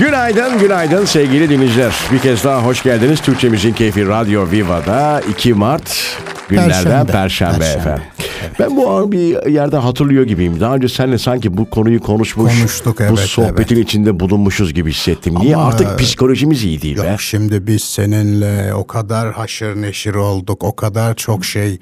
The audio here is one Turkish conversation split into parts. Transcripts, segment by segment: Günaydın, günaydın sevgili dinleyiciler. Bir kez daha hoş geldiniz. Türkçemizin keyfi Radyo Viva'da 2 Mart günlerden Perşembe. Perşembe, Perşembe. efendim. Ben bu an bir yerde hatırlıyor gibiyim. Daha önce seninle sanki bu konuyu konuşmuş, Konuştuk, bu evet, sohbetin içinde bulunmuşuz gibi hissettim. Niye? Ama- e, Artık psikolojimiz iyi değil be. Yok şimdi biz seninle o kadar haşır neşir olduk, o kadar çok şey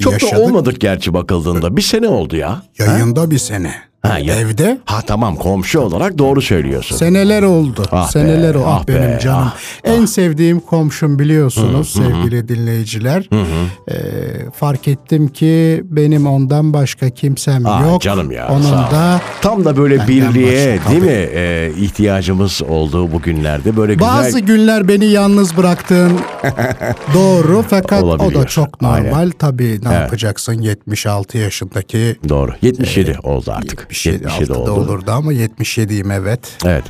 Çok yaşadık. da olmadık gerçi bakıldığında. Bir sene oldu ya. Yayında bir sene. Ha, ya- Evde Ha tamam komşu olarak doğru söylüyorsun. seneler oldu. Ah be, seneler oldu. ah Ah be, benim canım. ah, en sevdiğim komşum biliyorsunuz sevgili dinleyiciler. Ee, fark ettim ki benim ondan başka kimsem Ah, yok. canım ya, Onun sağ ol. da Tam da böyle Benden birliğe başka, değil tabii. mi e, ihtiyacımız olduğu bu günlerde böyle güzel Bazı günler beni yalnız bıraktın. Doğru fakat o Olabiliyor. da çok normal. Aynen. Tabii ne yapacaksın 76 yaşındaki Doğru. 77 oldu artık. 77, 77, altıda oldu. olurdu ama 77'yim evet. Evet.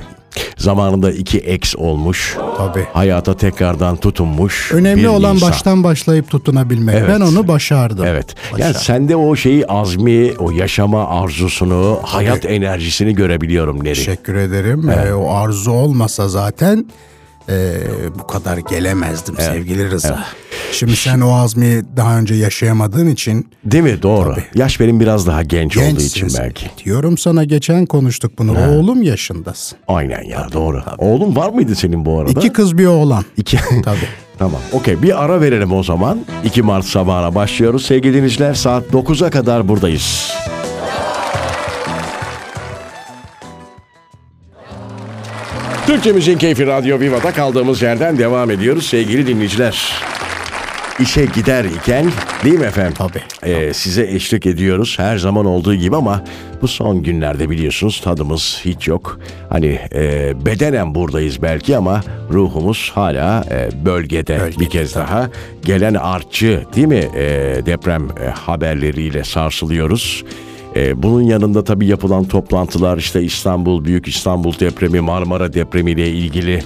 Zamanında iki ex olmuş. Tabii. Hayata tekrardan tutunmuş. bir Önemli olan insan. baştan başlayıp tutunabilmek. Evet. Ben onu başardım. Evet. Yani Başardım. sende o şeyi azmi, o yaşama arzusunu, hayat enerjisini görebiliyorum Neri. Teşekkür ederim. Ee, o arzu olmasa zaten e, bu kadar gelemezdim sevgili Rıza. Şimdi sen o azmi daha önce yaşayamadığın için Değil mi? Doğru. Yaş benim biraz daha genç olduğu için gençsin. belki. Diyorum sana geçen konuştuk bunu. Oğlum yaşındasın. Aynen ya doğru. Oğlum var mıydı senin bu arada? İki kız bir oğlan. İki. Tabii. Tamam. Okey bir ara verelim o zaman. 2 Mart sabahına başlıyoruz. Sevgili dinleyiciler saat 9'a kadar buradayız. Türkçemizin keyfi Radyo Viva'da kaldığımız yerden devam ediyoruz sevgili dinleyiciler. İşe gider iken değil mi efendim? Tabii. Ee, size eşlik ediyoruz her zaman olduğu gibi ama bu son günlerde biliyorsunuz tadımız hiç yok. Hani e, bedenen buradayız belki ama ruhumuz hala e, bölgede, Bölgede, bir kez daha. Gelen artçı değil mi e, deprem e, haberleriyle sarsılıyoruz. E, bunun yanında tabii yapılan toplantılar işte İstanbul, Büyük İstanbul depremi, Marmara depremiyle ilgili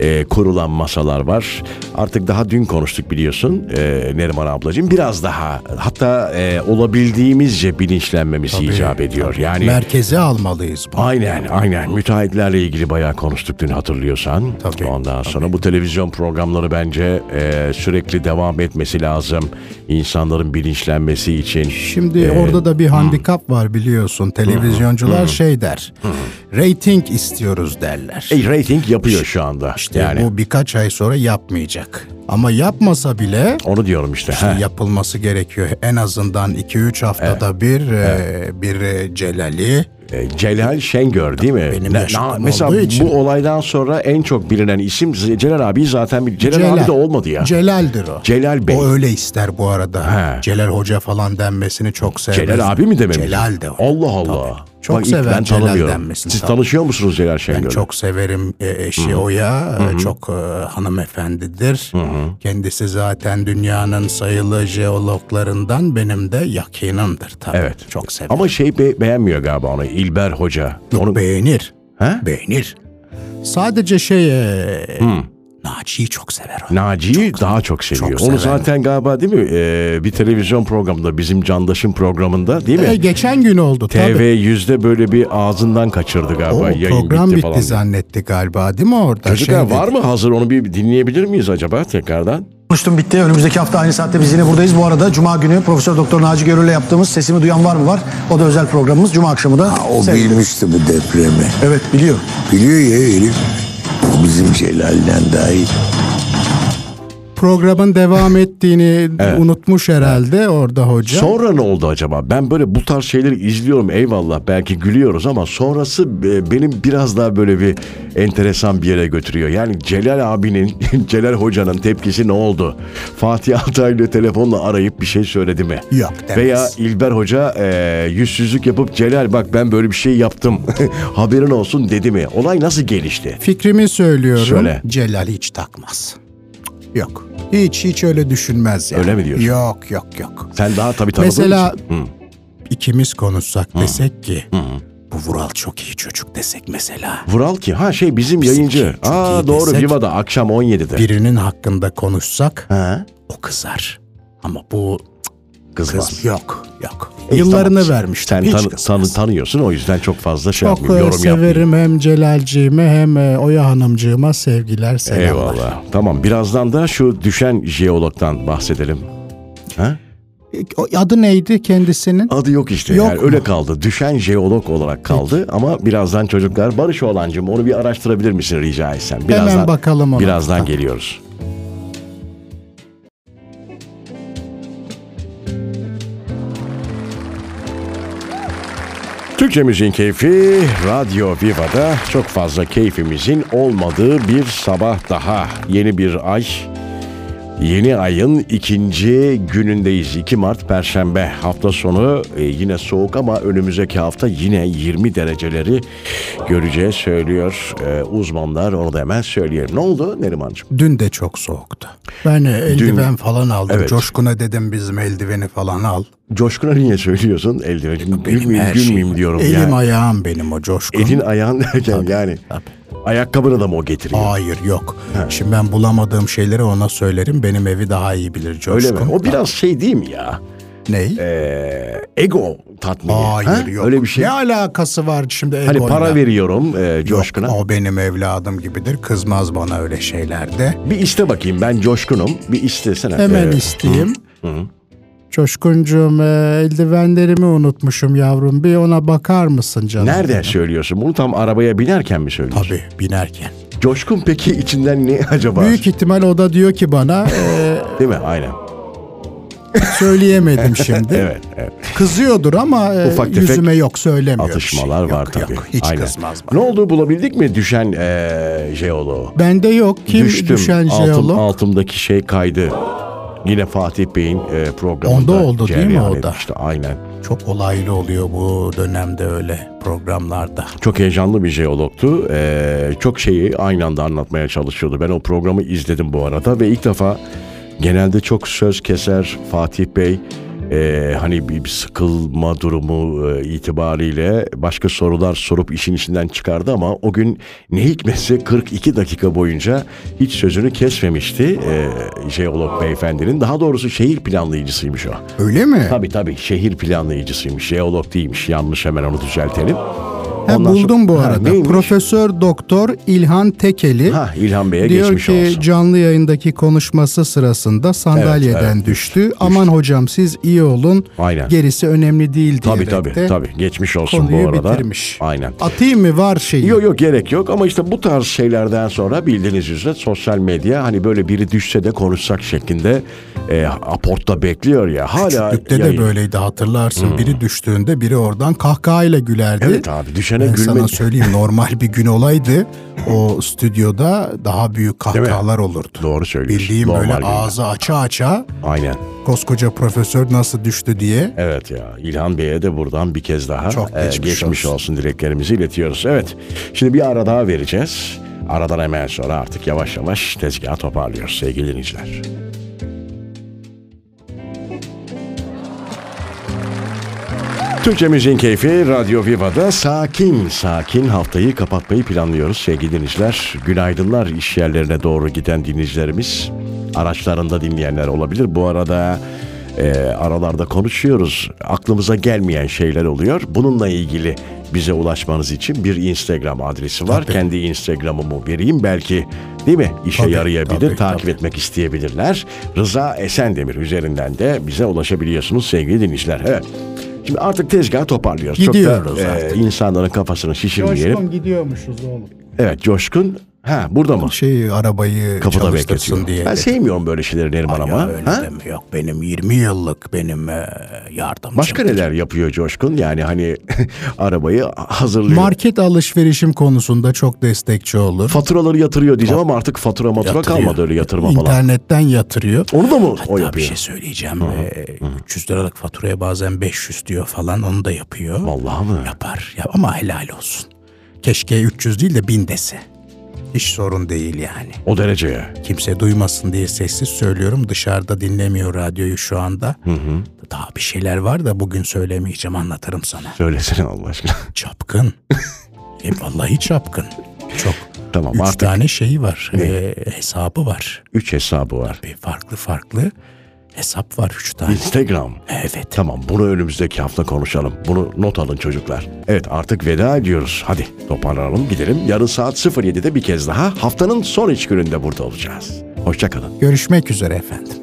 e, kurulan masalar var. Artık daha dün konuştuk biliyorsun e, Neriman ablacığım. Biraz daha hatta e, olabildiğimizce bilinçlenmemiz icap ediyor. Yani Merkeze almalıyız. bunu. Aynen aynen müteahhitlerle ilgili bayağı konuştuk dün hatırlıyorsan. Tabii, Ondan sonra bu televizyon programları bence e, sürekli devam etmesi lazım. İnsanların bilinçlenmesi için. Şimdi orada da bir handikap var biliyorsun. Televizyoncular şey der. Rating istiyoruz derler. E, rating yapıyor şu anda. İşte yani bu birkaç ay sonra yapmayacak. Ama yapmasa bile onu diyorum işte. işte he. yapılması gerekiyor. En azından 2-3 haftada bir e, bir e, Celal'i E, Celal Şengör değil mi? Benim yaşıtım mesela olduğu için. bu olaydan sonra en çok bilinen isim Z- Celal abi zaten bir- Celal, Celal. abi de olmadı ya. Celal'dir o. Celal Bey. O öyle ister bu arada. He. Celal Hoca falan denmesini çok sever. Celal abi mi dememiz? Celal de o. Allah Allah. Çok ilk sever ben Celal tanımıyorum. denmesini, Siz tabii. tanışıyor musunuz Celal Şengör'ü? Ben çok severim e, eşi Oya. E, Çok e, hanımefendidir. Kendisi zaten dünyanın sayılı jeologlarından benim de yakınımdır tabii. Evet. Çok severim. Ama şey be- beğenmiyor galiba onu İlber Hoca. Yok, Onu beğenir. He? Beğenir. Sadece şey e, Naci'yi çok sever o. Naci'yi daha çok seviyor. çok onu sever. zaten galiba değil mi? Ee, bir televizyon programında bizim Candaş'ın programında değil mi? E, geçen gün oldu TV tabii. yüzde böyle bir ağzından kaçırdı galiba. O Yayın program bitti, bitti, falan. diye. zannetti galiba değil mi orada? Çocuklar Şey dedi. var mı hazır onu bir dinleyebilir miyiz acaba tekrardan? Konuştum bitti. Önümüzdeki hafta aynı saatte biz yine buradayız. Bu arada Cuma günü Profesör Doktor Naci Görür'le yaptığımız Sesimi Duyan Var mı var. O da özel programımız. Cuma akşamı da. O seyredin. bilmişti bu depremi. Evet biliyor. Biliyor ya herif. O bizim Celal'den daha iyi. Programın devam ettiğini unutmuş herhalde orada hoca. Sonra ne oldu acaba? Ben böyle bu tarz şeyleri izliyorum eyvallah belki gülüyoruz ama sonrası e, benim biraz daha böyle bir enteresan bir yere götürüyor. Yani Celal abinin, Celal hocanın tepkisi ne oldu? Fatih Altaylı telefonla arayıp bir şey söyledi mi? Yok, demez. Veya İlber Hoca e, yüzsüzlük yapıp Celal bak ben böyle bir şey yaptım haberin olsun dedi mi? Olay nasıl gelişti? Fikrimi söylüyorum. Söyle. Celal hiç takmaz. Yok. Hiç hiç öyle düşünmez yani. Öyle mi diyorsun? Yok yok yok. Sen daha tabii tanıdığın Mesela için. Hı. ikimiz konuşsak desek ki bu Vural çok iyi çocuk desek mesela. Vural ki ha şey bizim, Bizim yayıncı. çok Aa iyi doğru desek- Viva'da akşam 17'de. Birinin hakkında konuşsak Ha? o kızar. Ama bu Kızmaz. Kız yok yok. İyi, Yıllarını tamam. vermiş. Sen hiç tanı- kız. tanı- tanıyorsun o yüzden çok fazla şey Çok yapmayayım, e, yorum yapmayayım. severim hem Celalciğime hem e, Oya Hanımcığıma sevgiler selamlar. Eyvallah. Tamam birazdan da şu düşen jeologdan bahsedelim. Ha? E, o- Adı neydi kendisinin? Adı yok işte Yok yani mu? öyle kaldı. Düşen jeolog olarak kaldı ama birazdan çocuklar Barış Oğlancığım onu bir araştırabilir misin rica etsem? Birazdan, bakalım ona. Birazdan Tamam. geliyoruz. Türkçe Müziğin Keyfi Radyo Viva'da çok fazla keyfimizin olmadığı bir sabah daha. Yeni bir ay, Yeni ayın ikinci günündeyiz. 2 Mart Perşembe hafta sonu e, yine soğuk ama önümüzdeki hafta yine 20 dereceleri göreceğiz söylüyor e, uzmanlar. Onu da hemen söyleyelim. Ne oldu Nerimancığım? Dün de çok soğuktu. Ben e, eldiven falan aldım. Evet. Coşkun'a dedim bizim eldiveni falan al. Coşkun'a niye söylüyorsun? Eldivenim gülmeyeyim her gülmeyeyim şeyim. diyorum. Elim yani. ayağım benim o Coşkun. Elin ayağın derken yani ayakkabını da mı o getiriyor? Hayır yok. Şimdi ben bulamadığım şeyleri ona söylerim. Benim evi daha iyi bilir Öyle Coşkun. mi? O biraz şey değil mi ya? Ney? E, ego tatmini. Hayır ha? yok. Öyle bir şey. Ne alakası var şimdi Hani egoyla? para veriyorum e, Coşkun'a. Yok, o benim evladım gibidir. Kızmaz bana öyle şeylerde. Bir iste bakayım ben coşkunum. Bir istesene. Hemen Ee, isteyeyim. Coşkuncuğum e, eldivenlerimi unutmuşum yavrum. Bir ona bakar mısın canım? Nereden söylüyorsun? Bunu tam arabaya binerken mi söylüyorsun? Tabii binerken. Coşkun peki içinden ne acaba? Büyük ihtimal o da diyor ki bana e, Değil mi? Aynen. söyleyemedim şimdi. Evet. evet. Kızıyordur ama e, Ufak tefek yüzüme yok söylemiyor. bir şey. Atışmalar var Yok, tabii. Yok, hiç Aynen. kızmaz bana. Ne oldu bulabildik mi düşen ee, jeoloğu? Bende yok. Kim Düştüm. düşen Altım- jeolog? altımdaki şey kaydı. Yine Fatih Bey'in ee, programında. Onda oldu değil mi cereyan o da? etmişti. Aynen. Çok olaylı oluyor bu dönemde öyle programlarda. Çok heyecanlı bir jeologtu. Ee, çok şeyi aynı anda anlatmaya çalışıyordu. Ben o programı izledim bu arada ve ilk defa genelde çok söz keser Fatih Bey. ee, hani bir bir sıkılma durumu e, itibariyle başka sorular sorup işin içinden çıkardı ama o gün ne hikmetse 42 dakika boyunca hiç sözünü kesmemişti ee, jeolog beyefendinin. Daha doğrusu şehir planlayıcısıymış o. Öyle mi? Tabii tabii şehir planlayıcısıymış, jeolog değilmiş yanlış hemen onu düzeltelim. Ha, Ondan buldum sonra- bu Ha, arada. neymiş? Profesör Doktor İlhan Tekeli Ha, İlhan Bey'e diyor geçmiş ki olsun. canlı yayındaki konuşması sırasında sandalyeden Evet, evet, düştü. Aman hocam siz iyi olun. Aynen. Gerisi önemli değil Tabii diyerek tabii de tabii geçmiş olsun bu konuyu arada. bitirmiş. Aynen. Atayım mı var şeyi? Yok yok gerek yok ama işte bu tarz şeylerden sonra bildiğiniz üzere sosyal medya hani böyle biri düşse de konuşsak şeklinde e, aportta bekliyor ya. Hala Küçüklükte de yayın- Hmm. böyleydi hatırlarsın. Biri düştüğünde biri oradan kahkahayla gülerdi. Evet abi, düşene ben gülme- sana söyleyeyim normal bir gün olaydı o stüdyoda daha büyük mi? kahkahalar olurdu. Doğru söylüyorsun. Bildiğim böyle Normal günde. ağzı aça aça Aynen. koskoca profesör nasıl düştü diye. Evet ya İlhan Bey'e de buradan bir kez daha Çok e, geçmiş geçmiş olsun. olsun. dileklerimizi iletiyoruz. Evet şimdi bir ara daha vereceğiz. Aradan hemen sonra artık yavaş yavaş tezgahı toparlıyoruz sevgili dinleyiciler. Türkçe Müziğin Keyfi Radyo Viva'da sakin sakin haftayı kapatmayı planlıyoruz sevgili dinleyiciler. Günaydınlar iş yerlerine doğru giden dinleyicilerimiz. Araçlarında dinleyenler olabilir. Bu arada e, aralarda konuşuyoruz. Aklımıza gelmeyen şeyler oluyor. Bununla ilgili bize ulaşmanız için bir Instagram adresi var. Tabii. Kendi Instagram'ımı vereyim belki değil mi? İşe Tabii, yarayabilir. tabii, takip tabii. etmek isteyebilirler. Rıza Esendemir üzerinden de bize ulaşabiliyorsunuz sevgili dinleyiciler. Evet. Şimdi artık tezgahı toparlıyoruz. Çok Gidiyoruz da, artık. e, insanların kafasını şişirmeyelim. gidiyormuşuz oğlum. Evet Coşkun. Ha burada mı? Şey arabayı Kapıda çalıştırsın bekletiyor. diye. Ben dedi. sevmiyorum böyle şeyleri Neriman Ya ama. öyle Ha? deme, Yok benim 20 yıllık benim e, yardımcım. Başka neler yapıyor Coşkun? Yani hani arabayı hazırlıyor. Market alışverişim konusunda çok destekçi olur. Faturaları yatırıyor diyeceğim ama artık fatura matura Yatırıyor. kalmadı öyle yatırma falan. İnternetten yatırıyor. Onu da mı Hatta o bir yapıyor? şey söyleyeceğim. Ee, 300 liralık faturaya bazen 500 diyor falan onu da yapıyor. Vallahi mı? Yapar ya, ama helal olsun. Keşke 300 değil de 1000 dese. Hiç sorun değil yani. O dereceye. Kimse duymasın diye sessiz söylüyorum. Dışarıda dinlemiyor radyoyu şu anda. Daha bir şeyler var da bugün söylemeyeceğim anlatırım sana. Söylesene Allah aşkına. Çapkın. e, vallahi çapkın. Çok. tamam Üç artık tane şeyi var. e, hesabı var. 3 hesabı var. Bir farklı farklı. Hesap var üç tane. Instagram. Evet. Tamam bunu önümüzdeki hafta konuşalım. Bunu not alın çocuklar. Evet artık veda ediyoruz. Hadi toparlanalım gidelim. Yarın saat 07'de bir kez daha haftanın son iç gününde burada olacağız. Hoşçakalın. Görüşmek üzere efendim.